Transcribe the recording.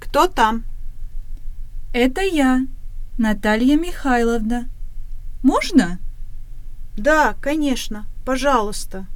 Кто там? Это я, Наталья Михайловна. Можно? Да, конечно, пожалуйста.